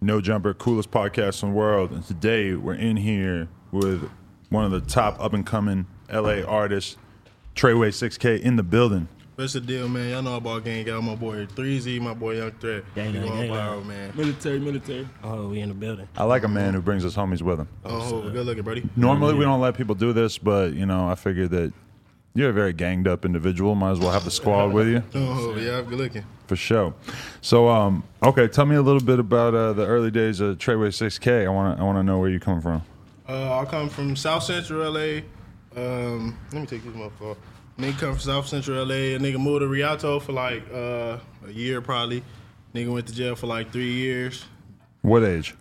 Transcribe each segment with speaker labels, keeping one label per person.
Speaker 1: No Jumper, coolest podcast in the world. And today we're in here with one of the top up and coming LA artists, Treyway 6K, in the building.
Speaker 2: What's the deal, man? Y'all know about gang. Got my boy 3Z, my boy Young Threat.
Speaker 3: Gang,
Speaker 2: We
Speaker 3: gang,
Speaker 2: going
Speaker 3: gang,
Speaker 2: viral,
Speaker 3: gang.
Speaker 2: man.
Speaker 4: Military, military.
Speaker 3: Oh, we in the building.
Speaker 1: I like a man who brings his homies with him.
Speaker 2: Oh, good looking, buddy.
Speaker 1: Normally we don't let people do this, but you know, I figured that you're a very ganged up individual. Might as well have the squad with you
Speaker 2: Oh, yeah, I'm good looking.
Speaker 1: for sure. So, um, okay, tell me a little bit about uh, the early days of Treyway 6K. I want to, I want to know where you come from.
Speaker 2: Uh, I come from South Central LA. Um, let me take this motherfucker. off. Nigga come from South Central LA. A nigga moved to Rialto for like uh, a year probably. Nigga went to jail for like three years.
Speaker 1: What age?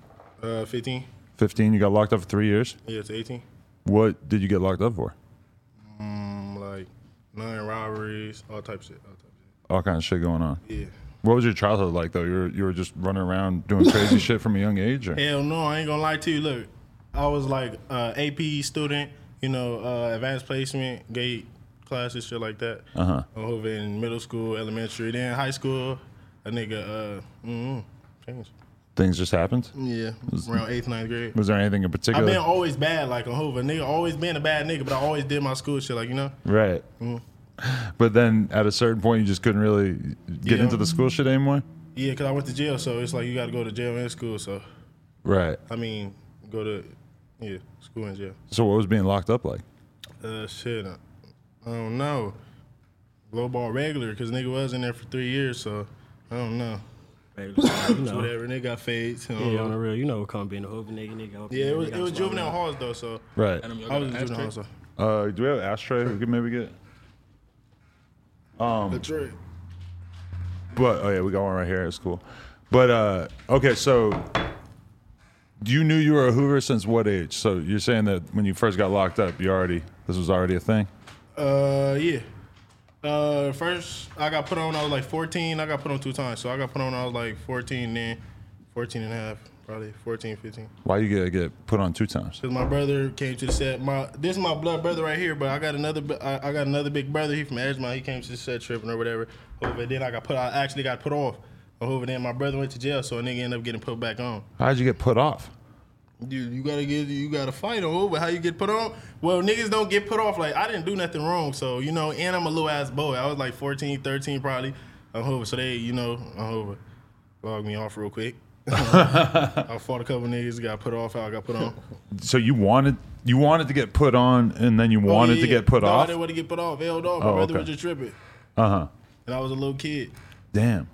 Speaker 2: Uh, 15?
Speaker 1: 15. You got locked up for three years.
Speaker 2: Yeah, to 18.
Speaker 1: What did you get locked up for?
Speaker 2: Mm, like nine robberies, all type shit. All type
Speaker 1: All kind of shit going on.
Speaker 2: shit.
Speaker 1: What was your childhood like though? You were, you were just running around doing crazy shit from a young age. Or?
Speaker 2: Yeah. Hell no, I ain't gonna lie to you. Look, I was like uh, AP student, you know, uh, advanced placement, gate classes, shit like that.
Speaker 1: Uh-huh.
Speaker 2: Over in middle school, elementary, then high school, a nigga, uh, mm, changed.
Speaker 1: Things just happened.
Speaker 2: Yeah, around eighth, ninth grade.
Speaker 1: Was there anything in
Speaker 2: I've
Speaker 1: particular?
Speaker 2: been always bad, like a Hoover. Nigga always been a bad nigga, but I always did my school shit, like, you know?
Speaker 1: Right. But then at a certain point, you just couldn't really get
Speaker 2: Yeah.
Speaker 1: into the school shit anymore.
Speaker 2: Yeah, because I went to jail, so it's like you gotta go to jail and school, so,
Speaker 1: Right.
Speaker 2: I mean, go to, yeah, school and jail.
Speaker 1: So what was being locked up like?
Speaker 2: Uh, shit, I, I don't know. Lowball regular, because nigga was in there for three years, so I don't know.
Speaker 3: You know,
Speaker 2: Whatever, nigga got fades. you know.
Speaker 3: yeah, on the real, you know, come being a hood nigga, nigga. up
Speaker 2: Yeah,
Speaker 3: there,
Speaker 2: it was,
Speaker 3: nigga,
Speaker 2: it was
Speaker 3: that's why
Speaker 2: juvenile
Speaker 3: I'm
Speaker 2: halls, though, so.
Speaker 1: Right.
Speaker 2: I was in juvenile halls, so.
Speaker 1: Uh, do we have an ashtray we could maybe get?
Speaker 2: That's right.
Speaker 1: But oh yeah, we got one right here. It's cool. But uh, okay, so you knew you were a Hoover since what age? So you're saying that when you first got locked up, you already this was already a thing.
Speaker 2: Uh, yeah. Uh, first, I got put on, I was like 14. I got put on two times, so I got put on, I was like 14, then 14 and a half, probably 14, 15.
Speaker 1: Why you get get put on two times?
Speaker 2: Cause my brother came to the set. My this is my blood brother right here, but I got another b- I, I got another big brother. He from Edgemont. He came to the set tripping or whatever. Over then I got put. I actually got put off. Over then my brother went to jail, so a nigga ended up getting put back on.
Speaker 1: How'd you get put off?
Speaker 2: Dude, you gotta get you gotta fight over how you get put on. Well, niggas don't get put off. Like I didn't do nothing wrong, so you know. And I'm a little ass boy. I was like 14, 13 probably. I'm over, so they you know I'm over. Log me off real quick. I fought a couple niggas, got put off. I got put on.
Speaker 1: So you wanted you wanted to get put on, and then you wanted to get put
Speaker 2: Oh, no, I
Speaker 1: off.
Speaker 2: didn't want to get put off. Held off. My
Speaker 1: Oh,
Speaker 2: brother
Speaker 1: okay.
Speaker 2: was just tripping,
Speaker 1: Uh huh.
Speaker 2: and I was a little kid.
Speaker 1: Damn,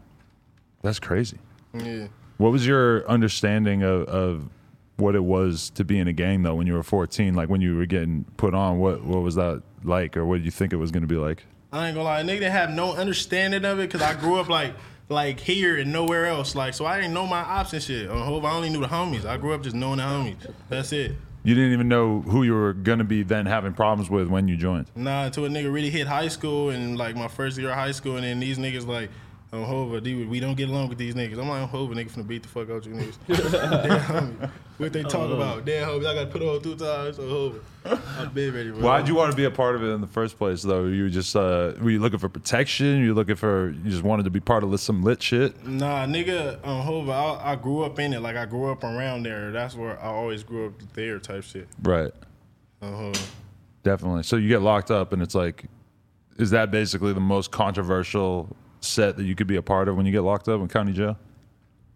Speaker 1: that's crazy.
Speaker 2: Yeah.
Speaker 1: What was your understanding of, of what it was to be in a gang though when you were 14? Like when you were getting put on, what what was that like, or what did you think it was going to be like?
Speaker 2: I ain't gonna lie, nigga didn't have no understanding of it because I grew up like like here and nowhere else. Like so I didn't know my ops and shit. On Hov, I only knew the homies. I grew up just knowing the homies. That's it.
Speaker 1: You didn't even know who you were going to be then having problems with when you joined.
Speaker 2: Nah, until a nigga really hit high school and like my first year of high school, and then these niggas like. On Hova, dude, we don't get along with these niggas. I'm like, on Hova, nigga, finna beat the fuck out you niggas. Damn, homie. What they talk about? Damn, homie, I got put on two times on Hova. I've been ready, bro.
Speaker 1: Why'd you want to be a part of it in the first place though? You were just uh, were you looking for protection? You looking for you just wanted to be part of some lit shit?
Speaker 2: Nah, nigga, on Hova, I, I grew up in it. Like I grew up around there. That's where I always grew up there, type shit.
Speaker 1: Right.
Speaker 2: On Hova.
Speaker 1: Definitely. So you get locked up, and it's like, is that basically the most controversial set that you could be a part of when you get locked up in county jail?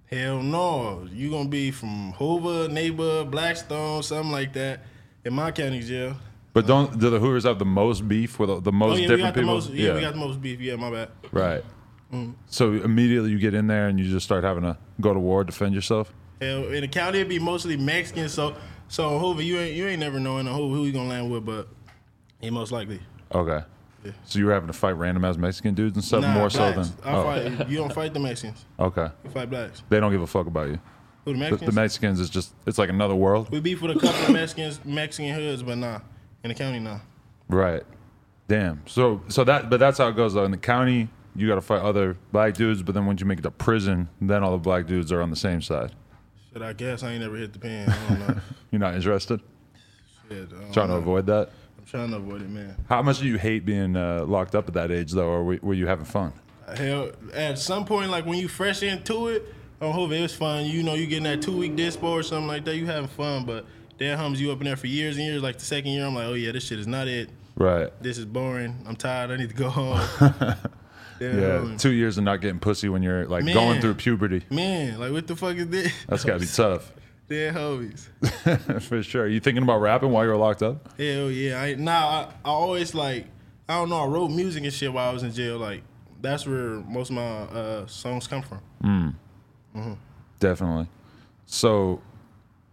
Speaker 2: Hell no, you gonna be from Hova, neighbor, Blackstone, something like that, in my county jail.
Speaker 1: But don't do the Hoovers have the most beef with the, the most
Speaker 2: Uh-huh. Oh yeah, we got
Speaker 1: different
Speaker 2: the
Speaker 1: people?
Speaker 2: most. Yeah, we got Mm. the most beef. Yeah, my bad.
Speaker 1: right. So immediately you get in there and you just start having to go to war, defend yourself.
Speaker 2: Hell, in the county it'd be mostly Mexican. So, so on Hova, you ain't you ain't never knowing on Hova who you gonna land with, but he most likely.
Speaker 1: Okay. So you were having to fight random ass Mexican dudes and stuff
Speaker 2: Nah,
Speaker 1: more so
Speaker 2: blacks.
Speaker 1: than. oh.
Speaker 2: I fight. You don't fight the Mexicans.
Speaker 1: Okay.
Speaker 2: You fight blacks.
Speaker 1: They don't give a fuck about you.
Speaker 2: Who the
Speaker 1: The,
Speaker 2: Mexicans?
Speaker 1: the Mexicans is just it's like another world.
Speaker 2: We beef with a couple of Mexicans, Mexican hoods, but nah, in the county, nah.
Speaker 1: Right. Damn. So so that but that's how it goes though. In the county, you got to fight other black dudes, but then once you make it to prison, then all the black dudes are on the same side.
Speaker 2: Shit, I guess I ain't never hit the pen. I don't know.
Speaker 1: You're not interested?
Speaker 2: Shit, I don't
Speaker 1: Trying to
Speaker 2: know.
Speaker 1: avoid that.
Speaker 2: I'm trying to avoid it, man.
Speaker 1: How much do you hate being uh, locked up at that age though, or were, were you having fun?
Speaker 2: Hell, at some point, like when you fresh into it, on Hoover, it was fun. You know, you getting that two week dispo or something like that. You having fun, but that hums you up in there for years and years. Like the second year, I'm like, oh yeah, this shit is not it.
Speaker 1: Right.
Speaker 2: This is boring. I'm tired. I need to go home. Then,
Speaker 1: Yeah.
Speaker 2: um,
Speaker 1: Two years of not getting pussy when you're like
Speaker 2: Man.
Speaker 1: going through puberty.
Speaker 2: Man, like what the fuck is this?
Speaker 1: That's got to be tough.
Speaker 2: Dead homies.
Speaker 1: For sure. You thinking about rapping while you were locked up?
Speaker 2: Hell yeah. I nah I, I always like I don't know, I wrote music and shit while I was in jail. Like that's where most of my uh, songs come from.
Speaker 1: Definitely. So,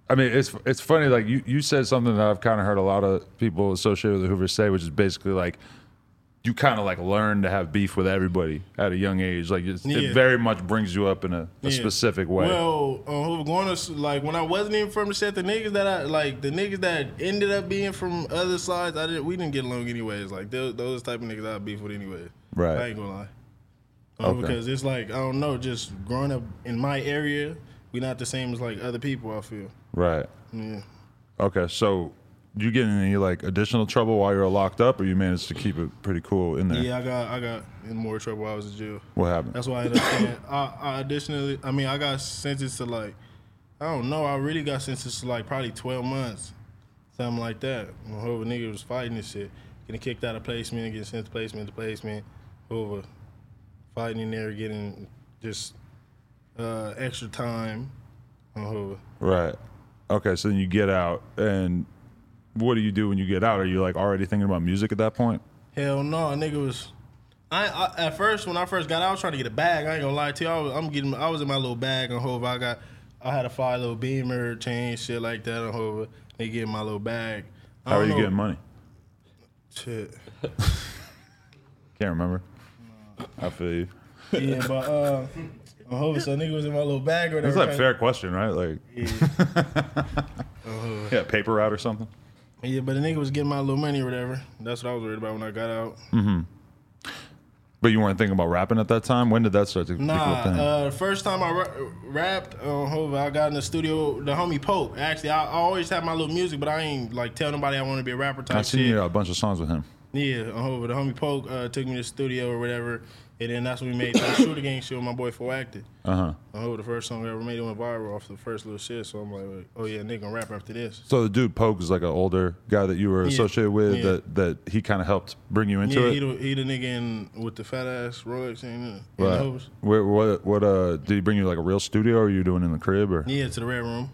Speaker 1: I mean, it's it's funny. Like you, you said something that I've kind of heard a lot of people associated with the Hoover say, which is basically like you kind of like learn to have beef with everybody at a young age. Like it's,
Speaker 2: Yeah.
Speaker 1: it very much brings you up in a, a
Speaker 2: Yeah.
Speaker 1: specific way.
Speaker 2: Well, uh, who were going to s- like when I wasn't even from the set, the niggas that I like, the niggas that ended up being from other sides, I didn't. We didn't get along anyways. Like those, those type of niggas I beef with anyways.
Speaker 1: Right.
Speaker 2: I ain't gonna lie. Uh,
Speaker 1: Okay.
Speaker 2: Because it's like I don't know, just growing up in my area, we not the same as like other people. I feel.
Speaker 1: right.
Speaker 2: Yeah.
Speaker 1: Okay. So. You get in any like additional trouble while you're locked up, or you managed to keep it pretty cool in there?
Speaker 2: Yeah, I got I got in more trouble. while I was in jail.
Speaker 1: What happened?
Speaker 2: That's why I ended up staying. I, I additionally, I mean, I got sentenced to like, I don't know. I really got sentenced to like probably 12 months, something like that. When whoever nigga was fighting this shit, getting kicked out of placement, getting sent to placement to placement, over fighting in there, getting just uh, extra time. Over.
Speaker 1: Right. Okay, so then you get out, and what do you do when you get out? Are you like already thinking about music at that point?
Speaker 2: Hell no, a nigga was. I, I at first when I first got out, I was trying to get a bag. I ain't gonna lie to you. I was, I'm getting. I was in my little bag on Hova. I got. I had a five little Beamer chain, shit like that on Hova. They get in my little bag. I
Speaker 1: How are
Speaker 2: don't
Speaker 1: you
Speaker 2: know-
Speaker 1: getting money?
Speaker 2: Shit.
Speaker 1: Can't remember. I feel you.
Speaker 2: Yeah, but uh, on Hova, so nigga was in my little bag or
Speaker 1: That's
Speaker 2: whatever.
Speaker 1: like a fair question, right? Like,
Speaker 2: Yeah.
Speaker 1: yeah, paper route or something.
Speaker 2: yeah, but the nigga was getting my little money or whatever. That's what I was worried about when I got out.
Speaker 1: But you weren't thinking about rapping at that time. When did that start to
Speaker 2: Nah,
Speaker 1: become a thing?
Speaker 2: uh, first time I ra- rapped on Hova, I got in the studio. The homie Pope. Actually, I, I always had my little music, but I ain't like tell nobody I want to be a rapper type
Speaker 1: I've seen
Speaker 2: shit.
Speaker 1: you a bunch of songs with him.
Speaker 2: Yeah, on Hova. The homie Pope uh, took me to the studio or whatever, and then that's when we made that shooter gang shit with my boy Four Acted.
Speaker 1: Uh huh.
Speaker 2: On Hova, the first song I ever made, it went viral off the first little shit. So I'm like, oh yeah, nigga gonna rap after this.
Speaker 1: So the dude Poke is like an older guy that you were associated with
Speaker 2: Yeah.
Speaker 1: that that he kind of helped bring you into
Speaker 2: yeah,
Speaker 1: it.
Speaker 2: he the, he the nigga in, with the fat ass Rolex and, uh, and
Speaker 1: Right.
Speaker 2: the Hovas.
Speaker 1: Where, what what uh did he bring you like a real studio or you doing in the crib or
Speaker 2: Yeah, to the red room.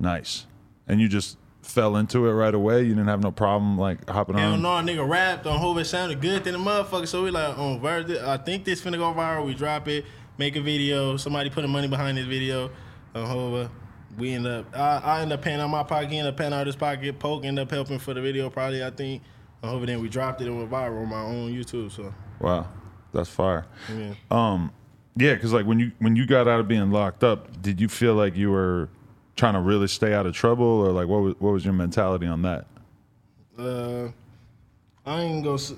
Speaker 1: Nice. And you just fell into it right away. You didn't have no problem like hopping
Speaker 2: Hell
Speaker 1: on.
Speaker 2: no, nigga rapped on Hova. It sounded good than the motherfucker. So we like, on verse, I think this finna go viral. We drop it, make a video. Somebody putting money behind this video on Hova. We end up, I, I end up paying out my pocket, he end up paying out his pocket. Poke end up helping for the video, probably, I think. On Hova, then we dropped it and went viral on my own YouTube. So,
Speaker 1: Wow, that's fire.
Speaker 2: yeah.
Speaker 1: Um, yeah, because like when you when you got out of being locked up, did you feel like you were trying to really stay out of trouble, or like what was, what was your mentality on that?
Speaker 2: Uh, I ain't gonna, s-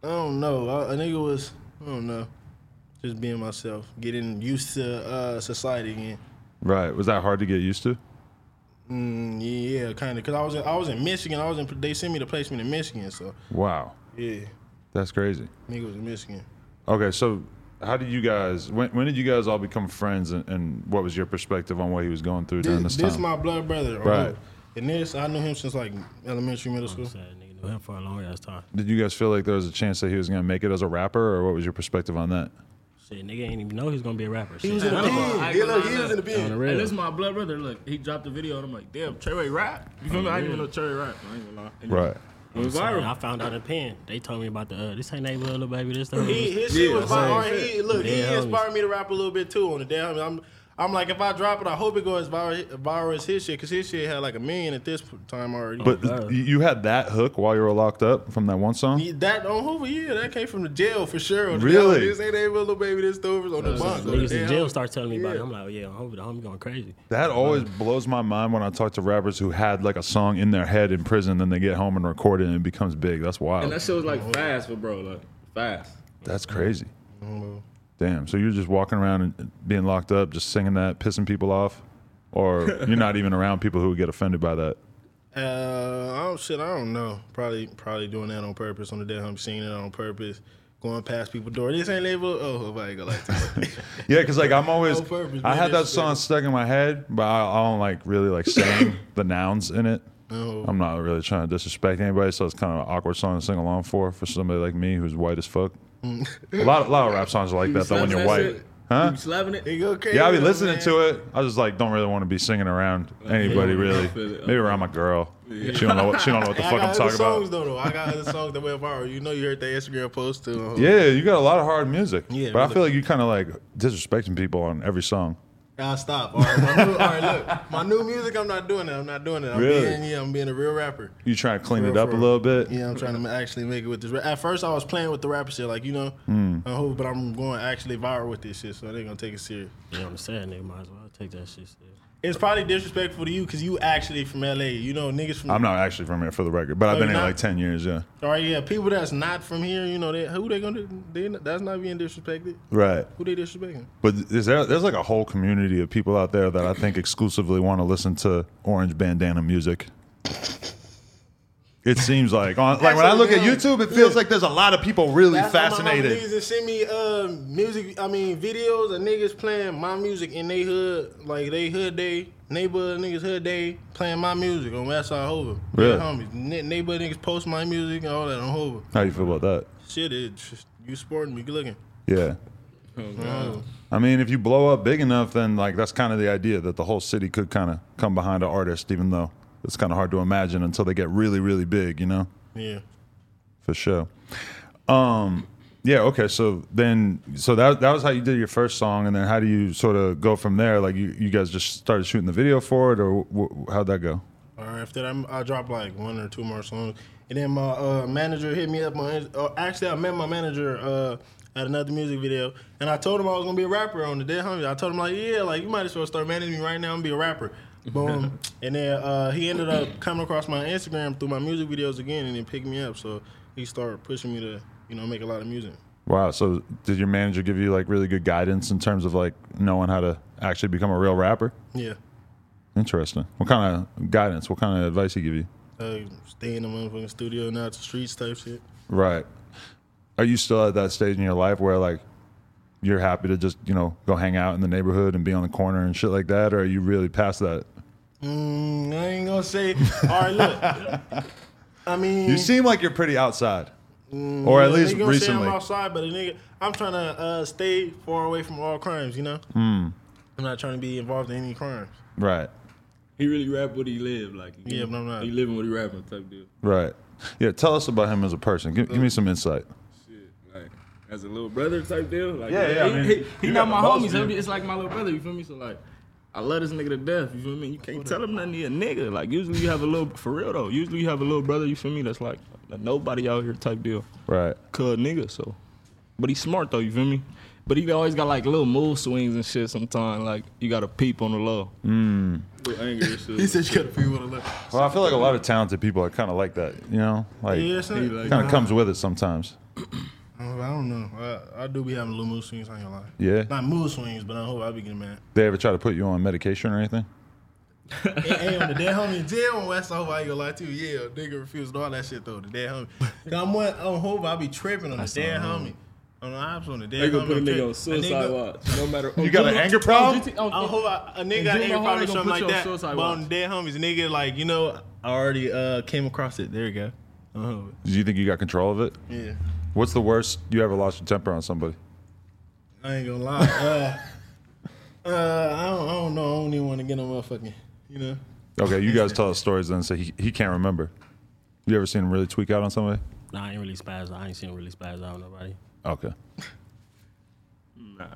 Speaker 2: I don't know. I, a nigga was, I don't know, just being myself, getting used to uh, society again.
Speaker 1: Right? Was that hard to get used to?
Speaker 2: Mm, yeah, kind of. Cause I was in, I was in Michigan. I was in. They sent me to placement in Michigan. So
Speaker 1: Wow,
Speaker 2: yeah,
Speaker 1: that's crazy.
Speaker 2: nigga was in Michigan.
Speaker 1: Okay, so how did you guys? When, when did you guys all become friends, and, and what was your perspective on what he was going through during
Speaker 2: This,
Speaker 1: this,
Speaker 2: this
Speaker 1: time?
Speaker 2: my blood brother.
Speaker 1: Right.
Speaker 2: And this, I knew him since like elementary, middle school.
Speaker 3: So, nigga knew him for a long ass time.
Speaker 1: did you guys feel like there was a chance that he was going to make it as a rapper, or what was your perspective on that?
Speaker 3: Shit, nigga ain't even know he's gonna be a rapper. Shit.
Speaker 2: He was in the
Speaker 4: I
Speaker 2: pen.
Speaker 4: ain't gonna lie,
Speaker 2: Yeah, look,
Speaker 4: I
Speaker 2: he
Speaker 4: ain't
Speaker 2: was in the
Speaker 4: gonna
Speaker 3: On the
Speaker 2: pen.
Speaker 3: real.
Speaker 4: And this is my blood brother. Look, he dropped the video, and I'm like, damn, Trey rap. You feel me? I didn't even know Trey rap. I ain't gonna lie. And
Speaker 1: Right.
Speaker 4: It was
Speaker 3: Son, I
Speaker 4: viral.
Speaker 3: found out in pen. They told me about the uh, this ain't neighborhood little baby. This that.
Speaker 2: He, his
Speaker 4: Yeah,
Speaker 2: shit was
Speaker 4: that's what I'm
Speaker 2: viral.
Speaker 4: saying.
Speaker 2: He, look, he
Speaker 3: Damn.
Speaker 2: inspired me to rap a little bit too on the damn. I'm, I'm like, if I drop it, I hope it goes viral, viral as his shit, cause his shit had like a million at this time already.
Speaker 1: But
Speaker 3: God.
Speaker 1: you- you had that hook while you were locked up from that one song.
Speaker 2: Yeah, that on Hoover, yeah, that came from the jail for sure. On the
Speaker 1: Really?
Speaker 2: jail, This ain't a little baby. This over on the bunk. on the
Speaker 3: Niggas in
Speaker 2: damn-
Speaker 3: jail start telling me about it.
Speaker 2: Yeah.
Speaker 3: I'm like, oh, yeah, I'm hoping the homie going crazy.
Speaker 1: That always blows my mind when I talk to rappers who had like a song in their head in prison, then they get home and record it and it becomes big. That's wild.
Speaker 4: And that
Speaker 1: That's,
Speaker 4: shit was like fast, but bro, like fast.
Speaker 1: crazy. Damn. So you're just walking around and being locked up, just singing that, pissing people off, or you're not even around people who would get offended by that.
Speaker 2: Uh, oh shit, I don't know. Probably, probably doing that on purpose on the day I'm seeing it on purpose. going past people's door. This ain't neighborhood. Oh, hope I ain't gonna like that.
Speaker 1: Yeah, because like I'm always,
Speaker 2: No purpose,
Speaker 1: I
Speaker 2: man,
Speaker 1: had that
Speaker 2: that's
Speaker 1: song stuck in my head, but I, I don't like really like saying the nouns in it.
Speaker 2: No.
Speaker 1: I'm not really trying to disrespect anybody, so it's kind of an awkward song to sing along for for somebody like me who's white as fuck.
Speaker 2: Mm.
Speaker 1: a lot, a lot of rap songs are like that though. When you're white,
Speaker 4: Huh?
Speaker 1: huh?
Speaker 4: You slapping it?
Speaker 2: It go crazy,
Speaker 1: Yeah, I be listening
Speaker 2: man.
Speaker 1: to it. I just like don't really want to be singing around anybody
Speaker 4: yeah,
Speaker 1: really.
Speaker 4: I feel it.
Speaker 1: Maybe around my girl. She don't know what she don't know what the
Speaker 2: I
Speaker 1: fuck
Speaker 2: got
Speaker 1: I'm
Speaker 2: other
Speaker 1: talking
Speaker 2: songs
Speaker 1: about.
Speaker 2: though, though. I got other songs that went viral. You know, you heard that Instagram post too. um,
Speaker 1: Yeah, you got a lot of hard music,
Speaker 2: Yeah,
Speaker 1: but I
Speaker 2: really.
Speaker 1: feel like you kind of like disrespecting people on every song.
Speaker 2: I'll stop. All right, my new, all right, look, my new music. I'm not doing that. I'm not doing that. I'm
Speaker 1: Really?
Speaker 2: being, yeah, I'm being a real rapper.
Speaker 1: You trying to clean
Speaker 2: For
Speaker 1: it
Speaker 2: real,
Speaker 1: up a
Speaker 2: for
Speaker 1: little bit.
Speaker 2: Yeah, I'm trying to actually make it with this. ra- At first, I was playing with the rapper shit, like you know,
Speaker 1: Hmm.
Speaker 2: I hope, but I'm going actually viral with this shit, so they're gonna take it serious.
Speaker 3: You know what I'm saying? Nigga might as well take that shit serious.
Speaker 2: It's probably disrespectful to you because you actually from LA. You know, niggas from.
Speaker 1: I'm not actually from here for the record, but I've
Speaker 2: Oh,
Speaker 1: been
Speaker 2: you're
Speaker 1: here
Speaker 2: not?
Speaker 1: like ten years. Yeah,
Speaker 2: All right, yeah, people that's not from here. You know, they who they gonna do? They, that's not being disrespected.
Speaker 1: right.
Speaker 2: Who they disrespecting?
Speaker 1: But is there, there's like a whole community of people out there that I think exclusively want to listen to orange bandana music. It seems like on, like when I look at YouTube, it feels like there's a lot of people really
Speaker 2: That's why My mama
Speaker 1: fascinated.
Speaker 2: needs to send me uh, music. I mean, videos of niggas playing my music in they hood, like they hood day neighborhood niggas hood day playing my music on West Side Hoover.
Speaker 1: Really?
Speaker 2: Yeah, homies, N- neighborhood niggas post my music and all that on Hoover.
Speaker 1: How you feel about
Speaker 2: Shit, it's just, you sporting me, good looking.
Speaker 1: that? Yeah.
Speaker 2: Oh.
Speaker 1: I mean, if you blow up big enough, then like that's kind of the idea that the whole city could kind of come behind an artist, even though it's kind of hard to imagine until they get really, really big, you know?
Speaker 2: Yeah.
Speaker 1: For sure. Um, yeah. Okay. So then, so that that was how you did your first song, and then how do you sort of go from there? Like you, you guys just started shooting the video for it, or w- how'd that go?
Speaker 2: All right, after that, I dropped like one or two more songs, and then my uh, manager hit me up on. Uh, actually, I met my manager uh, at another music video, and I told him I was gonna be a rapper on the Dead Homie. I told him like, yeah, like you might as well start managing me right now and be a rapper. Boom, and then uh, he ended up coming across my Instagram through my music videos again, and then picked me up. So he started pushing me to, you know, make a lot of music.
Speaker 1: Wow. So did your manager give you like really good guidance in terms of like knowing how to actually become a real rapper?
Speaker 2: Yeah,
Speaker 1: Interesting. What kind of guidance? What kind of advice he give you?
Speaker 2: uh, stay in the motherfucking studio, not the streets type shit.
Speaker 1: Right. Are you still at that stage in your life where like you're happy to just you know go hang out in the neighborhood and be on the corner and shit like that, or are you really past that?
Speaker 2: Mm, I ain't gonna say. All right, look. I mean,
Speaker 1: You seem like you're pretty outside, or at
Speaker 2: Mm, Yeah,
Speaker 1: least
Speaker 2: they gonna Say
Speaker 1: recently.
Speaker 2: I'm outside, but a nigga, I'm trying to uh, stay far away from all crimes. You know,
Speaker 1: Hmm.
Speaker 2: I'm not trying to be involved in any crimes.
Speaker 1: Right,
Speaker 4: He really rap what he live like. you
Speaker 2: Yeah,
Speaker 4: know?
Speaker 2: but I'm not.
Speaker 4: He living what he rapping type deal.
Speaker 1: right. Yeah, tell us about him as a person. Give, give me some insight.
Speaker 4: Shit, like as a little brother type deal. Like,
Speaker 1: Yeah, yeah, I
Speaker 4: He,
Speaker 1: mean,
Speaker 4: he,
Speaker 1: you
Speaker 4: he
Speaker 1: got
Speaker 4: not my
Speaker 1: the most
Speaker 4: homie. So
Speaker 1: of you.
Speaker 4: it's like my little brother. You feel me? So like. I love this nigga to death. You feel me? You can't tell him nothing. He a nigga. Like usually you have a little for real though. Usually you have a little brother. You feel me? That's like a nobody out here type deal.
Speaker 1: Right,
Speaker 4: Cuz nigga. So, but he's smart though. You feel me? But he always got like little move swings and shit. Sometimes like you got to peep on the low. Mm. With anger and shit.
Speaker 2: said you gotta be one of them.
Speaker 1: well, I feel like a lot of talented people are kind of like that, you know, like
Speaker 2: Yeah, it's not,
Speaker 4: He like-
Speaker 1: kind of comes with it sometimes.
Speaker 2: I don't know. I, I do be having little mood swings. I ain't gonna lie.
Speaker 1: Yeah.
Speaker 2: Not mood swings, but I hope I be getting mad.
Speaker 1: They ever try to put you on medication or anything?
Speaker 2: and, and on the dead homie in jail on West Over, I ain't gonna lie to you. Yeah, nigga refused all that shit though. The dead homie. 'Cause I'm one on Hoover, I be tripping on the dead homie. On the ops on the dead
Speaker 4: They
Speaker 2: homie.
Speaker 4: gonna put a
Speaker 2: I'm
Speaker 4: nigga
Speaker 2: tripping.
Speaker 4: on suicide watch. No matter.
Speaker 1: You got an anger
Speaker 4: Oh,
Speaker 1: problem?
Speaker 2: I hope I, a nigga
Speaker 4: And
Speaker 2: got
Speaker 4: Junior
Speaker 2: aimed probably
Speaker 4: Hall ain't gonna
Speaker 2: something
Speaker 4: put
Speaker 2: like
Speaker 4: you on
Speaker 2: that.
Speaker 4: suicide
Speaker 2: But on
Speaker 4: watch.
Speaker 2: dead homies, nigga, like you know, I already uh, came across it. There you go. Uh-huh.
Speaker 1: Do you think you got control of it?
Speaker 2: Yeah,
Speaker 1: What's the worst you ever lost your temper on somebody?
Speaker 2: I ain't gonna lie. Uh, uh, I, don't, I don't know. I don't even want to get no motherfucking. You know,
Speaker 1: Okay, you guys tell us stories then, so he, he can't remember. You ever seen him really tweak out on somebody?
Speaker 3: Nah, I ain't really spazzed. out. I ain't seen really spazzed out on nobody.
Speaker 1: Okay,
Speaker 4: Nah.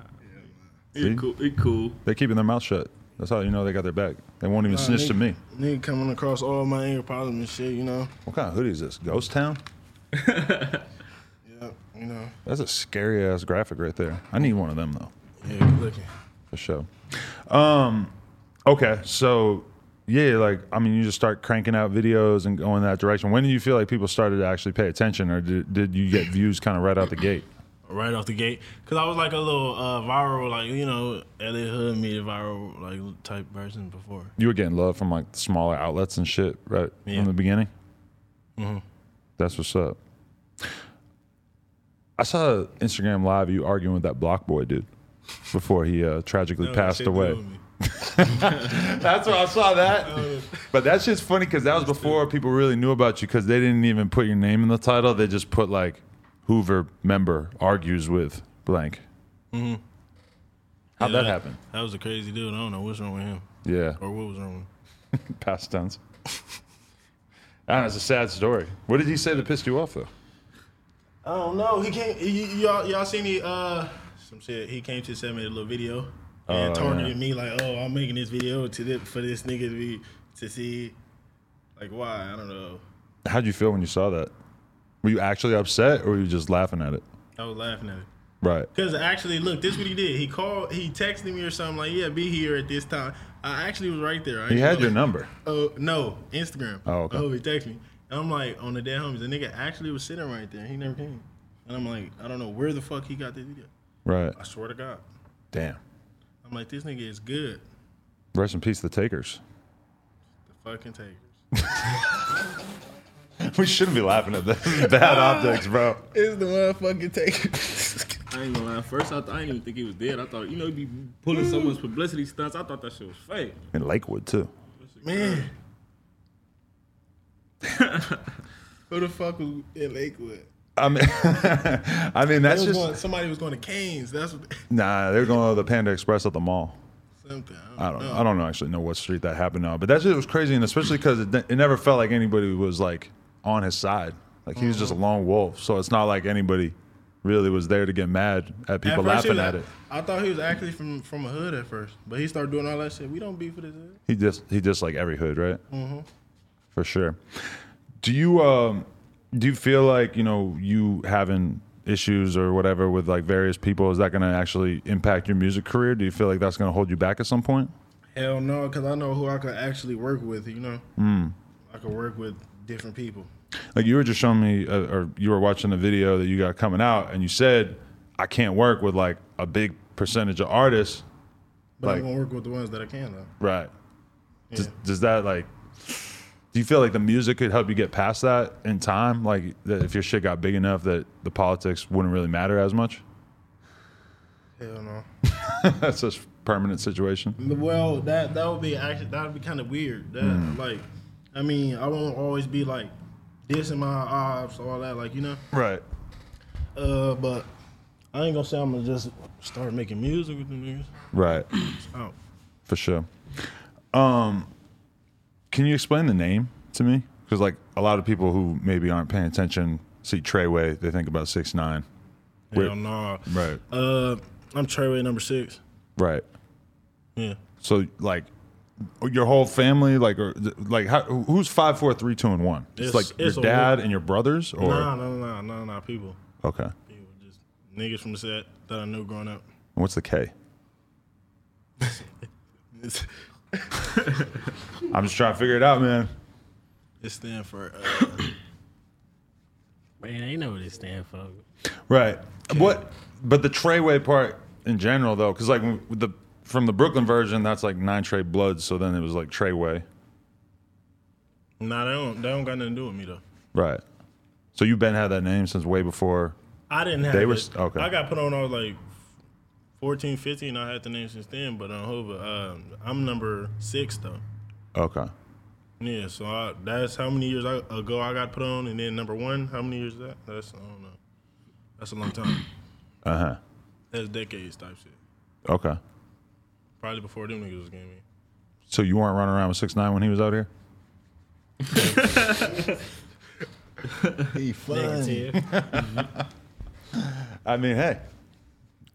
Speaker 4: He
Speaker 1: See?
Speaker 4: cool. He cool.
Speaker 1: they're keeping their mouth shut. That's how you know they got their back. They won't even snitch to me.
Speaker 2: nigga coming across all my anger problems and shit. You know,
Speaker 1: What kind of hoodie is this? Ghost Town?
Speaker 2: yeah, you know,
Speaker 1: That's a scary ass graphic right there. I need one of them though,
Speaker 2: yeah, good looking.
Speaker 1: for sure. Um, okay, so yeah, like I mean, you just start cranking out videos and going that direction. When did you feel like people started to actually pay attention, or did, did you get views kind of right out the gate?
Speaker 2: right off the gate because I was like a little uh, viral, like you know, LA Hood made a viral like type person before.
Speaker 1: You were getting love from like smaller outlets and shit right
Speaker 2: Yeah.
Speaker 1: from the beginning. That's what's up. I saw an Instagram live of you arguing with that block boy dude before he uh, tragically passed away. That's where I saw that. But that's just funny because that was before people really knew about you because they didn't even put your name in the title. They just put like Hoover member argues with blank. How'd that happen?
Speaker 2: That was a crazy dude. I don't know what's wrong with him
Speaker 1: Yeah,
Speaker 2: or what was wrong with him.
Speaker 1: past tense. I know, it's a sad story. What did he say that pissed you off though?
Speaker 2: I don't know. He came. y- y- y'all, y'all seen the uh, some shit. He came to send me a little video and
Speaker 1: Oh,
Speaker 2: targeted
Speaker 1: yeah.
Speaker 2: me like, "Oh, I'm making this video to this, for this nigga to be to see, like, why? I don't know."
Speaker 1: How'd you feel when you saw that? Were you actually upset or were you just laughing at it?
Speaker 2: I was laughing at it.
Speaker 1: Right.
Speaker 2: Cause actually, look, this what he did. He called, he texted me or something like, "Yeah, be here at this time." I actually was right there. I
Speaker 1: He
Speaker 2: ain't
Speaker 1: had
Speaker 2: know.
Speaker 1: your number.
Speaker 2: Oh no, Instagram.
Speaker 1: Oh, okay.
Speaker 2: I hope he texted me. And I'm like, on the dead homies, the nigga actually was sitting right there. He never came. And I'm like, I don't know where the fuck he got this video.
Speaker 1: Right.
Speaker 2: I swear to God.
Speaker 1: Damn.
Speaker 2: I'm like, this nigga is good.
Speaker 1: Rest in peace, the takers.
Speaker 2: The fucking takers.
Speaker 1: We shouldn't be laughing at this. This is Bad optics, bro.
Speaker 2: It's the motherfucking takers.
Speaker 4: I ain't gonna lie. First, I, th- I didn't even think he was dead. I thought, you know, he'd be pulling someone's publicity stunts. I thought that shit was fake.
Speaker 1: In Lakewood too.
Speaker 2: Man. Who the fuck was in Lakewood?
Speaker 1: I mean, I mean
Speaker 2: It
Speaker 1: that's
Speaker 2: was
Speaker 1: just
Speaker 2: going- somebody was going to Canes. That's what,
Speaker 1: nah. They're going to the Panda Express at the mall.
Speaker 2: something.
Speaker 1: I don't. I don't know, actually know what street that happened on, but that shit was crazy, and especially because it, it never felt like anybody was like on his side. Like he was just a lone wolf, so it's not like anybody really was there to get mad at people
Speaker 2: first
Speaker 1: laughing
Speaker 2: he was-
Speaker 1: at it.
Speaker 2: I thought he was actually from from a hood at first, but he started doing all that shit. We don't beef with his hood.
Speaker 1: He just he just like every hood, right? For sure. Do you um do you feel like you know you having issues or whatever with like various people is that going to actually impact your music career? Do you feel like that's going to hold you back at some point?
Speaker 2: Hell no, because I know who I could actually work with. You know,
Speaker 1: Mm.
Speaker 2: I could work with different people.
Speaker 1: Like you were just showing me, uh, or you were watching a video that you got coming out, and you said I can't work with like a big percentage of artists,
Speaker 2: But
Speaker 1: Like-
Speaker 2: I'm gonna work with the ones that I can though.
Speaker 1: right? Does,
Speaker 2: Yeah.
Speaker 1: does that like? Do you feel like the music could help you get past that in time? Like that if your shit got big enough that the politics wouldn't really matter as much?
Speaker 2: Hell no.
Speaker 1: That's a s- permanent situation.
Speaker 2: Well, that that would be actually that would be kind of weird. That
Speaker 1: Mm.
Speaker 2: like, I mean, I won't always be like this in my ops all that. Like you know.
Speaker 1: Right.
Speaker 2: Uh, but I ain't gonna say I'm gonna just start making music with them niggas.
Speaker 1: Right.
Speaker 2: Oh.
Speaker 1: For sure. Um, can you explain the name to me? Because like a lot of people who maybe aren't paying attention see Treyway, they think about six nine.
Speaker 2: Hell no.
Speaker 1: Right.
Speaker 2: Uh, I'm Treyway number six.
Speaker 1: Right.
Speaker 2: Yeah.
Speaker 1: So like your whole family, like or like how, who's five, four, three, two, and one? It's,
Speaker 2: It's-
Speaker 1: like
Speaker 2: it's a
Speaker 1: your dad and your brothers, or
Speaker 2: Nah, nah, nah, nah, nah. People,
Speaker 1: okay. And
Speaker 2: people just niggas from the set that I knew growing up.
Speaker 1: What's the K?
Speaker 2: It's,
Speaker 1: I'm just trying to figure it out, man.
Speaker 2: it stand for uh,
Speaker 3: Man, they know what it stand for.
Speaker 1: Right. What? But the Treyway part in general, though, because like when- with the from the Brooklyn version, that's like nine Trey Bloods. So then it was like Treyway.
Speaker 2: nah. They don't. They don't got nothing to do with me though.
Speaker 1: Right. So you been had that name since way before.
Speaker 2: I didn't have.
Speaker 1: They
Speaker 2: it.
Speaker 1: were s- okay.
Speaker 2: I got put on. when I was like 14, 15. I had the name since then. But on Hova, uh, I'm number six though.
Speaker 1: Okay.
Speaker 2: Yeah. So I, that's how many years I, ago I got put on, and then number one. How many years is that? That's I don't know. That's a long time.
Speaker 1: Uh huh.
Speaker 2: That's decades type shit.
Speaker 1: Okay.
Speaker 2: Probably before them niggas was getting me.
Speaker 1: So you weren't running around with six nine when he was out here.
Speaker 2: He funny.
Speaker 1: I mean, hey,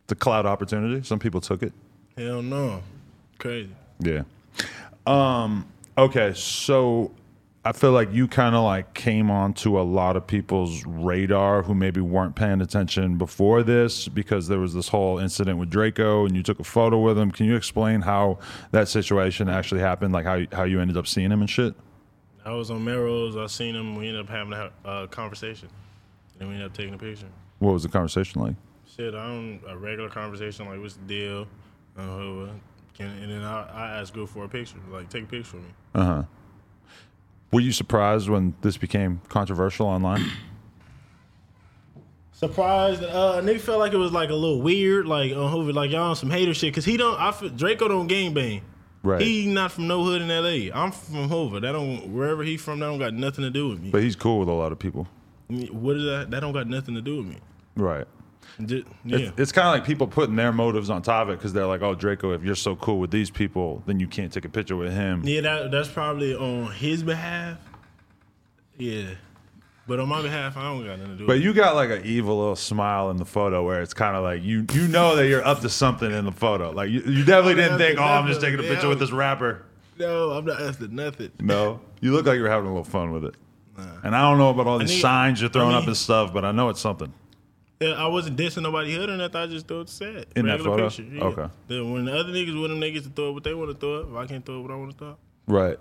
Speaker 1: the cloud opportunity. Some people took it.
Speaker 2: Hell no. Crazy.
Speaker 1: Yeah. Um. Okay. So I feel like you kind of like came onto a lot of people's radar who maybe weren't paying attention before this because there was this whole incident with Draco and you took a photo with him. Can you explain how that situation actually happened? Like how how you ended up seeing him and shit.
Speaker 2: I was on Melrose. I seen him. We ended up having a uh, conversation. And then we ended up taking a picture.
Speaker 1: What was the conversation like?
Speaker 2: Shit, I don't, a regular conversation, like, what's the deal? Uh, whatever. Can, and then I, I asked Good for a picture. Like, take a picture of me.
Speaker 1: Uh huh. Were you surprised when this became controversial online?
Speaker 2: surprised. Uh, nigga felt like it was like a little weird, like on Hoover, like y'all on some hater shit. Cause he don't. I feel, Draco don't gang bang.
Speaker 1: Right.
Speaker 2: He not from no hood in L.A. I'm from Hoover. That don't wherever he from. That don't got nothing to do with me.
Speaker 1: But he's cool with a lot of people.
Speaker 2: what is that? That don't got nothing to do with me.
Speaker 1: Right.
Speaker 2: Ju- yeah.
Speaker 1: It's, it's kind of like people putting their motives on top of it because they're like, oh, Draco, if you're so cool with these people, then you can't take a picture with him.
Speaker 2: Yeah, that that's probably on his behalf. Yeah, but on my behalf, I don't got nothing to do.
Speaker 1: But
Speaker 2: with
Speaker 1: you got like an evil little smile in the photo where it's kind of like you you know that you're up to something in the photo. Like you, you definitely didn't think, oh, I'm just taking a picture with this rapper.
Speaker 2: it. no, I'm not after nothing.
Speaker 1: No, you look like you're having a little fun with it. And I don't know about all these
Speaker 2: need-
Speaker 1: signs you're throwing
Speaker 2: I
Speaker 1: up
Speaker 2: need-
Speaker 1: and stuff, but I know it's something.
Speaker 2: Yeah, I wasn't dissing nobody hood or nothing. I just thought it sad.
Speaker 1: In that
Speaker 2: Regular
Speaker 1: photo?
Speaker 2: Picture, yeah.
Speaker 1: Okay.
Speaker 2: Then when the other niggas with them niggas to throw up what they want to throw up, if I can't throw up what I want to throw up.
Speaker 1: Right.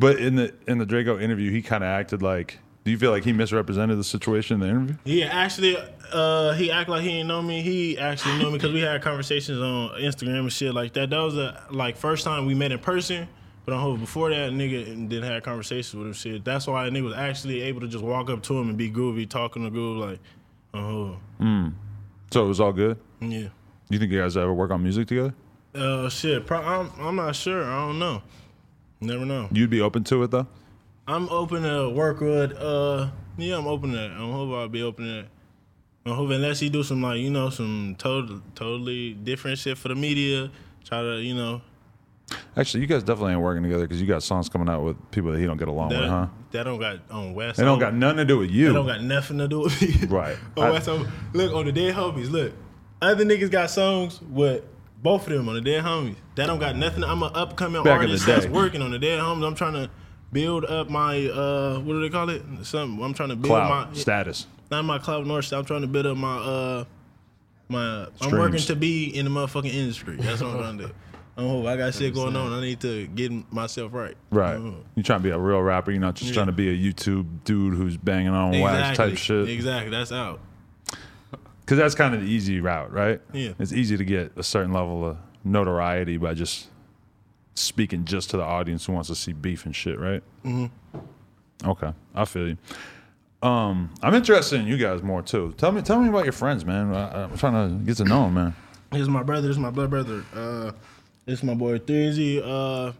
Speaker 1: But in the in the Draco interview, he kind of acted like. Do you feel like he misrepresented the situation in the interview?
Speaker 2: Yeah, actually, uh, he act like he didn't know me. He actually knew me because we had conversations on Instagram and shit like that. That was the like first time we met in person. But on hope before that, nigga and then had conversations with him shit. That's why a nigga was actually able to just walk up to him and be groovy, talking to groove like, oh
Speaker 1: So it was all good.
Speaker 2: yeah.
Speaker 1: Do you think you guys ever work on music together?
Speaker 2: Uh, shit. Pro- I'm I'm not sure. I don't know. Never know.
Speaker 1: You'd be open to it though.
Speaker 2: I'm open to work with. Uh, yeah, I'm open to. That. I'm hoping I'll be open to. That. I'm hoping unless he do some like you know some total totally different shit for the media. Try to you know
Speaker 1: Actually, you guys definitely ain't working together because you got songs coming out with people that he don't get along
Speaker 2: that
Speaker 1: with, huh?
Speaker 2: that don't got on West.
Speaker 1: Uh-huh. They don't got nothing to do with you.
Speaker 2: That don't got nothing to do with me.
Speaker 1: Right.
Speaker 2: on
Speaker 1: I-
Speaker 2: West, I'm- look on the dead homies. Look, other niggas got songs with. Both of them on the dead homies. That don't got nothing. I'm an upcoming
Speaker 1: Back in the
Speaker 2: artist
Speaker 1: day.
Speaker 2: that's working on the dead homies. I'm trying to build up my uh, what do they call it? Something. I'm trying to build
Speaker 1: Clout
Speaker 2: my
Speaker 1: status.
Speaker 2: not my cloud north shit. I'm trying to build up my uh my
Speaker 1: Streams.
Speaker 2: I'm working to be in the motherfucking industry. That's what I'm trying to do. I'm hope I got shit going on. I need to get myself right.
Speaker 1: Right.
Speaker 2: Mhm.
Speaker 1: You're trying to be a real rapper. You're not just trying to be a YouTube dude who's banging on wax type shit.
Speaker 2: Exactly. That's out.
Speaker 1: Because that's kind of the easy route, right?
Speaker 2: Yeah.
Speaker 1: It's easy to get a certain level of notoriety by just speaking just to the audience who wants to see beef and shit, right? Mm-hmm. Okay, I feel you. Um, I'm interested in you guys more too. Tell me, tell me about your friends, man. I, I'm trying to get to know them, man.
Speaker 2: This is my brother. This is my blood brother. Uh, this is my boy Thursday. Uh,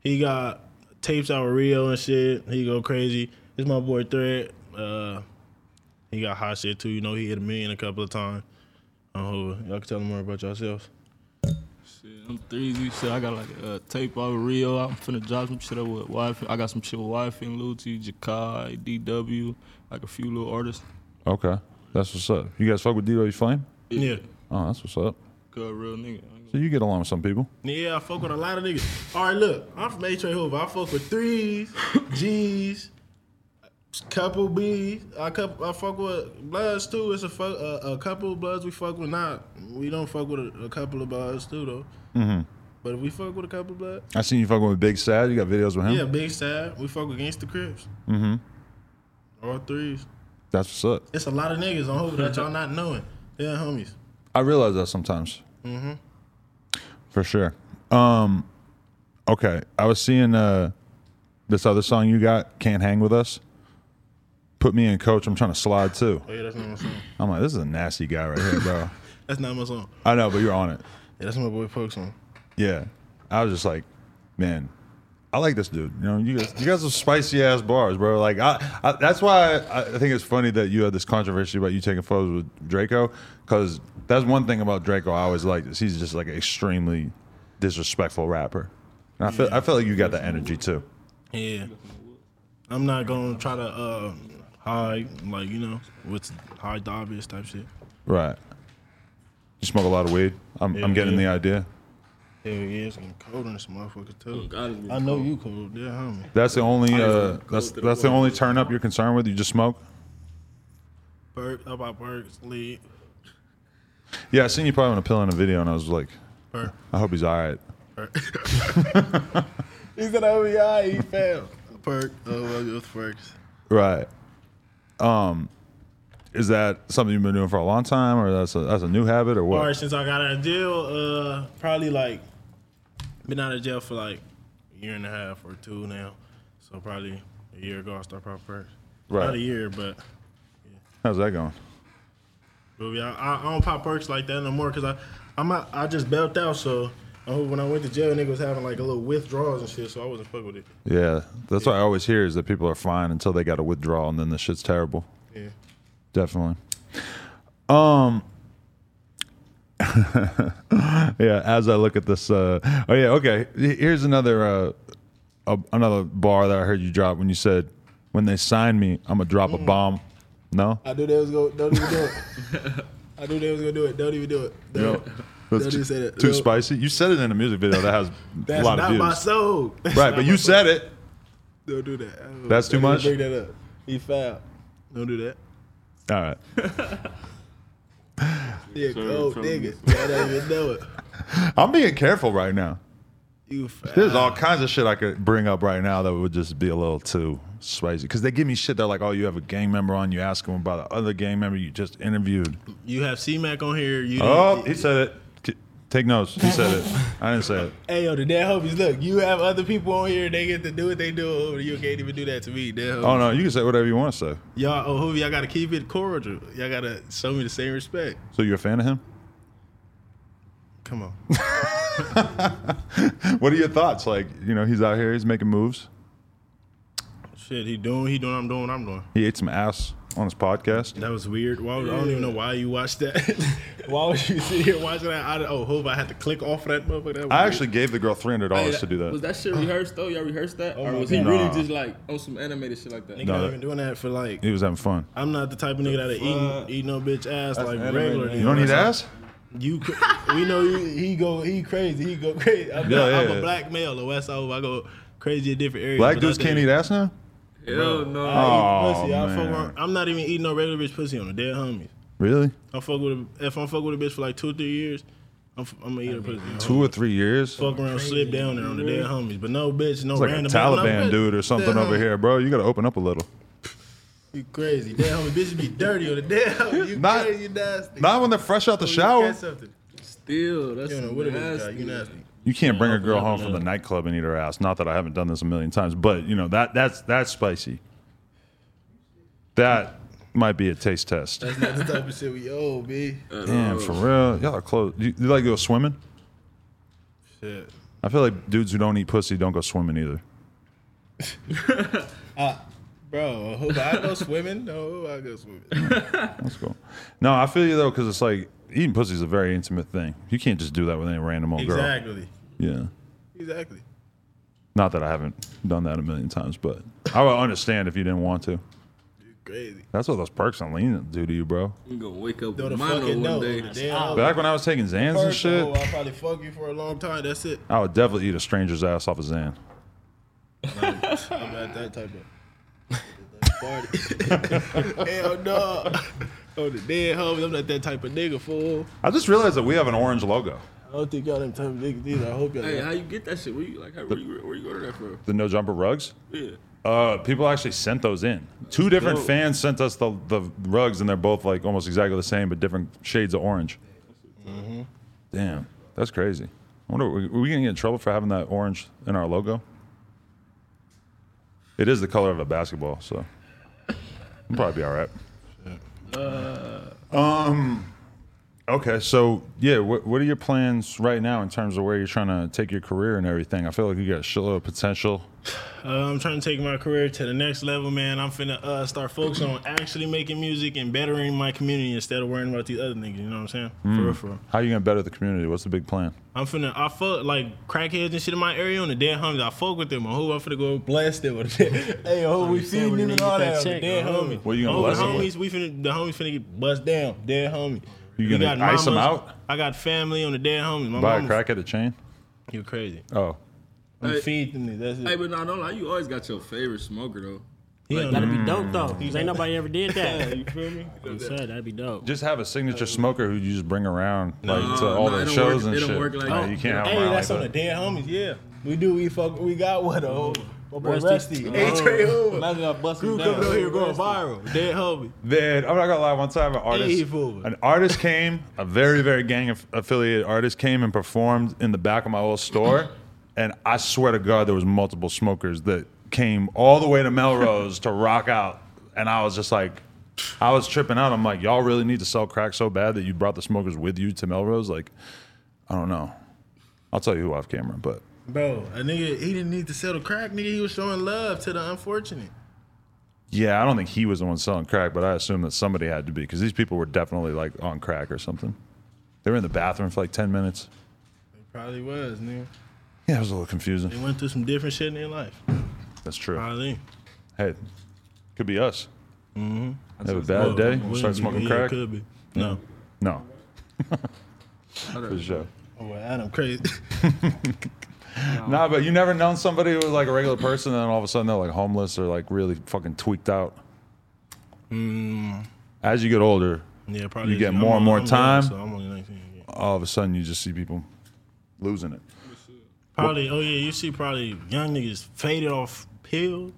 Speaker 2: he got tapes out with Rio and shit. He go crazy. This is my boy Thread. Uh, he got hot shit too. You know, he hit a million a couple of times. I hope y'all can tell him more about yourselves.
Speaker 4: Shit, I'm threesy. Shit, I got like a tape out of Rio. I'm finna drop some shit up with wife. I got some shit with wife and Luti, Jakai, DW, like a few little artists.
Speaker 1: Okay, that's what's up. You guys fuck with D-Roy Flame?
Speaker 2: Yeah.
Speaker 1: Oh, that's what's up.
Speaker 4: Good real nigga.
Speaker 1: So you get along with some people.
Speaker 2: Yeah, I fuck with a lot of niggas. All right, look, I'm from A Train Hoover. I fuck with threes, G's, couple B's. I couple, I fuck with bloods too. It's a fuck a, a couple of bloods we fuck with. Not we don't fuck with a, a couple of bloods too though. Mm-hmm. But if we fuck with a couple of bloods,
Speaker 1: I seen you fucking with Big Sad. You got videos with him.
Speaker 2: yeah, big stab. We fuck with gangster Crips. Mm-hmm. All threes.
Speaker 1: That's what's up.
Speaker 2: It's a lot of niggas on Hoover that y'all not knowing. Yeah, homies.
Speaker 1: I realize that sometimes. Mm-hmm. For sure. Um, okay, I was seeing uh, this other song you got, "Can't Hang with Us." Put me in, coach. I'm trying to slide too.
Speaker 2: Oh yeah, that's not my song.
Speaker 1: I'm like, this is a nasty guy right here, bro.
Speaker 2: That's not my song.
Speaker 1: I know, but you're on it.
Speaker 2: Yeah, that's my boy Poke's song.
Speaker 1: Yeah, I was just like, man, I like this dude. You know, you guys, you guys are spicy ass bars, bro. Like, I, I that's why I, I think it's funny that you had this controversy about you taking photos with Draco, because that's one thing about Draco I always liked is he's just like an extremely disrespectful rapper. And I feel I feel like you got that energy too.
Speaker 2: Yeah. I'm not gonna try to uh, hide, like, you know, what's hide the obvious type shit.
Speaker 1: Right. You smoke a lot of weed. I'm, I'm getting the idea.
Speaker 2: Hell yeah, it's cold in this motherfucker too.
Speaker 4: God, it's
Speaker 2: I know you cold, yeah, homie.
Speaker 1: That's the only
Speaker 4: even
Speaker 1: uh,
Speaker 4: go
Speaker 1: that's
Speaker 4: through the
Speaker 1: that's the only turn up you're concerned with. You just smoke.
Speaker 2: Berg, how about Berg's lead?
Speaker 1: Yeah, I seen you probably on a pill in a video, and I was like,
Speaker 2: Berg.
Speaker 1: I hope he's all right.
Speaker 2: Perk. he said, oh yeah, he failed. Perk. Oh, well, it was Perks.
Speaker 1: Right. Um, is that something you've been doing for a long time, or that's a that's a new habit, or what?
Speaker 2: All right, since I got out of jail, uh, probably like been out of jail for like a year and a half or two now. So probably a year ago I started probably Perks.
Speaker 1: Right.
Speaker 2: Not a year, but
Speaker 1: How's that going?
Speaker 2: But yeah, I, I don't pop perks like that no more because I, I'm not, I just belted out. So I hope when I went to jail, niggas was having like a little withdrawals and shit. So I wasn't fucking with it.
Speaker 1: Yeah, that's what I always hear is that people are fine until they got to withdraw, and then the shit's terrible.
Speaker 2: Yeah.
Speaker 1: Definitely. Um. yeah. As I look at this, uh, oh yeah, okay. H- Here's another uh, a, another bar that I heard you drop when you said, "When they sign me, I'm gonna drop a bomb." No.
Speaker 2: Mm. I knew they was going. Don't even do it. I knew they was gonna do it. Don't even do it. Don't.
Speaker 1: That's
Speaker 2: Don't
Speaker 1: too,
Speaker 2: even say that.
Speaker 1: too
Speaker 2: Don't.
Speaker 1: spicy. You said it in a music video that has a
Speaker 2: That's
Speaker 1: lot of
Speaker 2: not
Speaker 1: views.
Speaker 2: my soul. That's
Speaker 1: Right,
Speaker 2: not
Speaker 1: but
Speaker 2: my
Speaker 1: you
Speaker 2: soul.
Speaker 1: said it.
Speaker 2: Don't do that. Don't-
Speaker 1: That's too
Speaker 2: don't even
Speaker 1: much?
Speaker 2: Bring that up. He fouled. Don't do that.
Speaker 1: All right.
Speaker 2: Yeah,
Speaker 4: Sorry,
Speaker 2: cold
Speaker 4: sorry.
Speaker 2: nigga. I don't even know it.
Speaker 1: I'm being careful right now.
Speaker 2: You foul.
Speaker 1: There's all kinds of shit I could bring up right now that would just be a little too spicy. Because they give me shit. They're like, oh, you have a gang member on. You ask them about the other gang member you just interviewed.
Speaker 2: You have C-Mac on here. You
Speaker 1: Oh,
Speaker 2: didn't-
Speaker 1: he said it. K- Take notes. He said it. I didn't say it.
Speaker 2: Hey yo, the dead homies. Look, you have other people on here. They get to do what they do. Over you can't even do that to me, dead homies.
Speaker 1: Oh, no. You can say whatever you want to say.
Speaker 2: Y'all, oh, Hoovy, y'all gotta keep it cordial. Y'all gotta show me the same respect.
Speaker 1: So you're a fan of him?
Speaker 2: Come on.
Speaker 1: What are your thoughts? Like, you know, he's out here. He's making moves.
Speaker 2: Shit, he doing. He doing. I'm doing. I'm doing.
Speaker 1: He ate some ass on his podcast.
Speaker 2: That was weird. Why would, I don't even know why you watched that. why would you sit here watching that? I, oh, Hoovy, I had to click off of that motherfucker. That was
Speaker 1: I
Speaker 2: weird.
Speaker 1: actually gave the girl $300 to Oh, do
Speaker 4: Was
Speaker 1: that.
Speaker 4: that shit rehearsed though? Y'all rehearsed that, or
Speaker 2: my
Speaker 4: was he
Speaker 1: God.
Speaker 4: really
Speaker 1: Nah.
Speaker 4: just like on some animated shit like that?
Speaker 2: nigga
Speaker 1: No,
Speaker 2: not
Speaker 1: that-
Speaker 2: even doing that for like.
Speaker 1: He was having fun.
Speaker 2: I'm not the type of nigga that eat eat no bitch ass like regularly.
Speaker 1: You don't need ass?
Speaker 2: You, cra- we know you, he go, he crazy, he go crazy. I'm,
Speaker 1: Yeah, yeah,
Speaker 2: I'm
Speaker 1: yeah.
Speaker 2: a black male, or West Over. I go crazy in different areas.
Speaker 1: Black
Speaker 2: but
Speaker 1: dudes
Speaker 2: I think-
Speaker 1: can't eat ass now?
Speaker 4: Hell no.
Speaker 2: I eat
Speaker 1: Oh,
Speaker 2: pussy. I fuck
Speaker 1: man.
Speaker 2: around- I'm not even eating no regular bitch pussy on the dead homies.
Speaker 1: Really?
Speaker 2: I fuck with a, if I'm fuck with a bitch for like two, three years, I'm, f- I'm gonna eat her pussy.
Speaker 1: Two or three years?
Speaker 2: Fuck around, slip down there on the dead homies, but no bitch, no
Speaker 1: It's like a
Speaker 2: random
Speaker 1: Taliban
Speaker 2: no,
Speaker 1: dude or something
Speaker 2: dead
Speaker 1: over
Speaker 2: homie.
Speaker 1: here, bro. You got to open up a little.
Speaker 2: You crazy, dead homie? Bitches be dirty on the dead homie. You
Speaker 1: Not-
Speaker 2: crazy, you nasty.
Speaker 1: Not when they're fresh out the
Speaker 2: You
Speaker 1: shower.
Speaker 2: catch something.
Speaker 4: Still, that's
Speaker 2: You know what it is, guy. You nasty.
Speaker 1: You can't bring a girl
Speaker 3: open up
Speaker 1: home
Speaker 3: a
Speaker 1: from the
Speaker 3: little.
Speaker 1: nightclub and eat her ass. Not that I haven't done this a million times, but you know that that's that's spicy. That might be a taste test.
Speaker 2: That's not the type of shit we owe, b.
Speaker 1: Damn, for real, y'all are close. You, you like to go swimming?
Speaker 2: Shit.
Speaker 1: I feel like dudes who don't eat pussy don't go swimming either.
Speaker 2: Bro, who I go swimming? No, I go swimming.
Speaker 1: Let's go. No, I feel you though, because it's like eating pussy is a very intimate thing. You can't just do that with any random old girl.
Speaker 2: Exactly.
Speaker 1: Yeah.
Speaker 2: Exactly.
Speaker 1: Not that I haven't done that a million times, but I would understand if you didn't want to.
Speaker 2: You crazy.
Speaker 1: That's what those perks on lean do to you, bro.
Speaker 4: I'm gonna wake up
Speaker 2: Don't
Speaker 4: with
Speaker 2: a
Speaker 4: mono
Speaker 2: fucking
Speaker 4: one
Speaker 2: know.
Speaker 4: day.
Speaker 2: Damn.
Speaker 1: Back when I was taking Zans and
Speaker 2: First of
Speaker 1: shit,
Speaker 2: all, I'll probably fuck you for a long time. That's it.
Speaker 1: I would definitely eat a stranger's ass off a Zan.
Speaker 2: I'm not that type of party. Hell no. Oh, the dead homies. I'm not that type of nigga, fool.
Speaker 1: I just realized that we have an orange logo.
Speaker 2: I don't think y'all them type of niggas either. I hope y'all.
Speaker 4: Hey, how you get that shit? Where you like? How, where, you, where you go to that from?
Speaker 1: The no jumper rugs.
Speaker 4: Yeah.
Speaker 1: Uh, people actually sent those in. Two different
Speaker 4: dope.
Speaker 1: fans sent us the, the rugs, and they're both like almost exactly the same, but different shades of orange. Damn, that's crazy. I wonder, are we gonna get in trouble for having that orange in our logo? It is the color of a basketball, so we'll probably be all right. Uh. Um. Okay, so yeah, what, what are your plans right now in terms of where you're trying to take your career and everything? I feel like you got a shitload of potential.
Speaker 2: Uh, I'm trying to take my career to the next level, man. I'm finna uh, start focusing on actually making music and bettering my community instead of worrying about these other niggas. You know what I'm saying? For real, for real.
Speaker 1: How you gonna better the community? What's the big plan?
Speaker 2: I'm finna, I fuck like crackheads and shit in my area on the dead homies. I fuck with them. On who I'm finna go blast them with it. hey, who Oh, we feeding
Speaker 3: saying when
Speaker 2: them
Speaker 3: they
Speaker 2: and
Speaker 3: get
Speaker 2: all
Speaker 3: that
Speaker 2: that. on The
Speaker 3: check,
Speaker 2: dead
Speaker 3: uh,
Speaker 2: homie.
Speaker 1: What you gonna
Speaker 2: Oh,
Speaker 1: blast
Speaker 2: the
Speaker 1: 'em with?
Speaker 2: homies, we finna, the homies finna get bust down. Dead homie.
Speaker 1: You
Speaker 2: We
Speaker 1: gonna ice 'em
Speaker 2: mamas.
Speaker 1: out?
Speaker 2: I got family on the dead homies. My
Speaker 1: Buy a
Speaker 2: mama-
Speaker 1: crack at a chain?
Speaker 2: You crazy.
Speaker 1: Oh.
Speaker 2: I'm
Speaker 4: Hey.
Speaker 2: feeding them. That's it.
Speaker 4: Hey, but no, don't lie. You always got your favorite smoker though.
Speaker 2: He don't
Speaker 3: That'd
Speaker 2: know.
Speaker 3: be dope though. 'cause ain't nobody ever did that.
Speaker 4: You feel me?
Speaker 3: I'm saying that'd be dope.
Speaker 1: Just have a signature smoker who you just bring around like to
Speaker 4: No,
Speaker 1: all
Speaker 4: no, it
Speaker 1: the
Speaker 4: don't
Speaker 1: shows
Speaker 4: work-
Speaker 1: and
Speaker 4: it don't
Speaker 1: shit.
Speaker 4: work like
Speaker 1: Nah,
Speaker 4: that.
Speaker 1: you can't have 'em
Speaker 2: Hey,
Speaker 1: around
Speaker 2: that's
Speaker 1: like
Speaker 2: on the
Speaker 1: that.
Speaker 2: dead homies. Yeah, we do. We fuck. We got one. Oh, my boy
Speaker 3: Rusty.
Speaker 2: Rusty.
Speaker 3: Oh.
Speaker 2: Trey Hoover.
Speaker 3: Imagine I bust him
Speaker 2: Crew
Speaker 3: down.
Speaker 2: coming over here going viral. Dead homie.
Speaker 1: Then I'm not gonna lie. One time, an
Speaker 2: Hey,
Speaker 1: artist,
Speaker 2: fool.
Speaker 1: an artist came, a very, very gang aff- affiliated artist came and performed in the back of my old store, and I swear to God, there was multiple smokers that came all the way to Melrose to rock out, and I was just like, I was tripping out. I'm like, y'all really need to sell crack so bad that you brought the smokers with you to Melrose? Like, I don't know. I'll tell you who off camera, but
Speaker 2: Bro, a nigga, he didn't need to sell the crack, nigga. He was showing love to the unfortunate.
Speaker 1: yeah, I don't think he was the one selling crack, but I assume that somebody had to be because these people were definitely like on crack or something. They were in the bathroom for like 10 minutes.
Speaker 2: It probably was, nigga.
Speaker 1: Yeah, it was a little
Speaker 2: They
Speaker 1: confusing.
Speaker 2: went through some different shit in their life.
Speaker 1: That's true.
Speaker 2: Probably.
Speaker 1: Hey, could be us. Mm-hmm. Have a bad day,
Speaker 2: Wouldn't
Speaker 1: start
Speaker 2: be-
Speaker 1: smoking
Speaker 2: yeah,
Speaker 1: crack.
Speaker 2: Could be. No.
Speaker 1: No, for sure.
Speaker 2: Oh, well, Adam, crazy.
Speaker 1: Nah, but you never known somebody who was like a regular person, and then all of a sudden they're like homeless or like really fucking tweaked out. As you get older,
Speaker 2: yeah, probably.
Speaker 1: You get
Speaker 2: is.
Speaker 1: more and more
Speaker 2: young,
Speaker 1: time.
Speaker 2: so I'm only 19. yeah.
Speaker 1: all of a sudden you just see people losing it.
Speaker 2: Probably. Oh yeah, you see probably young niggas faded off pills,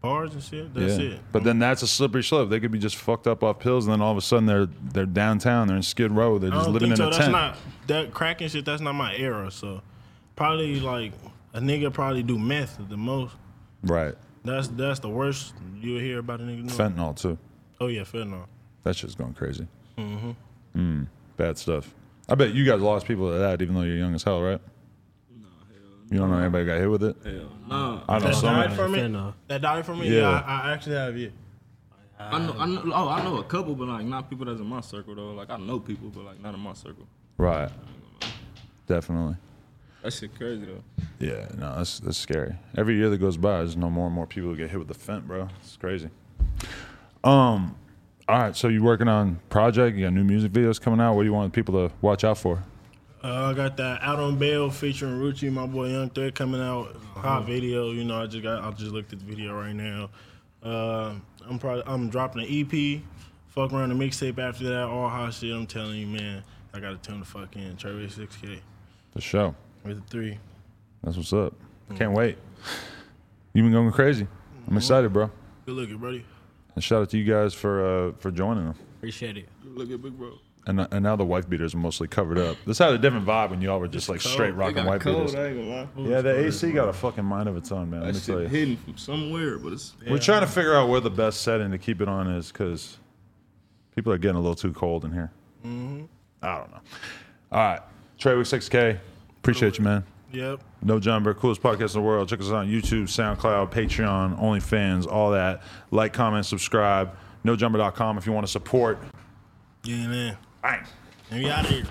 Speaker 2: bars and shit. That's it.
Speaker 1: But then that's a slippery slope. They could be just fucked up off pills, and then all of a sudden they're they're downtown, they're in Skid Row, they're
Speaker 2: I
Speaker 1: just
Speaker 2: don't
Speaker 1: living
Speaker 2: think
Speaker 1: in
Speaker 2: so.
Speaker 1: a
Speaker 2: Oh, That's
Speaker 1: tent.
Speaker 2: not that crack and shit. That's not my era. So probably like a nigga probably do meth the most.
Speaker 1: right.
Speaker 2: That's that's the worst you'll hear about a nigga. doing.
Speaker 1: Fentanyl too.
Speaker 2: oh yeah, fentanyl.
Speaker 1: That shit's going crazy. Mm-hmm. bad stuff. I bet you guys lost people to that, even though you're young as hell, right? You don't know anybody got hit with it.
Speaker 4: Hell, nah.
Speaker 1: I know
Speaker 2: That
Speaker 1: some.
Speaker 2: died from it.
Speaker 3: Fentanyl.
Speaker 2: That died from it.
Speaker 1: Yeah.
Speaker 2: Yeah, I, I actually have it.
Speaker 4: I know, I know, oh, I know a couple, but like not people that's in my circle though. Like I know people, but like not in my circle.
Speaker 1: Right. Definitely.
Speaker 4: That shit crazy though.
Speaker 1: Yeah, no, that's that's scary. Every year that goes by, there's no more and more people who get hit with the fent, bro. It's crazy. Um, all right, so you working on project? You got new music videos coming out. What do you want people to watch out for?
Speaker 2: Uh, I got that out on bail featuring Ruchi, my boy Young Thread coming out. Hot video, you know. I just got, I just looked at the video right now. Uh, I'm probably, I'm dropping an EP. Fuck around the mixtape after that. All hot shit. I'm telling you, man. I gotta tune the fuck in. Travis 6K
Speaker 1: The show.
Speaker 2: with the three.
Speaker 1: That's what's up.
Speaker 4: Mm.
Speaker 1: Can't wait. You've been going crazy. I'm
Speaker 4: Mm-hmm.
Speaker 1: excited, bro.
Speaker 2: Good looking, buddy.
Speaker 1: And shout out to you guys for uh, for joining them.
Speaker 3: Appreciate it.
Speaker 4: Look at big bro.
Speaker 1: And, and now the wife beaters are mostly covered up. This had a different vibe when y'all were just like straight
Speaker 4: They
Speaker 1: rocking
Speaker 4: got
Speaker 1: wife
Speaker 4: cold.
Speaker 1: beaters.
Speaker 4: I ain't gonna lie.
Speaker 1: Yeah, the AC got a fucking mind of its own, man. Let
Speaker 4: That
Speaker 1: me tell you.
Speaker 4: shit hidden from somewhere, but it's
Speaker 1: We're trying to figure out where the best setting to keep it on is because people are getting a little too cold in here. I don't know. All right, Treyway 6K. Appreciate you, man.
Speaker 2: Yep.
Speaker 1: No Jumper, coolest podcast in the world. Check us out on YouTube, SoundCloud, Patreon, OnlyFans, all that. Like, comment, subscribe. NoJumper.com if you want to support.
Speaker 2: Yeah, man.
Speaker 1: Bang.
Speaker 2: And we out of here.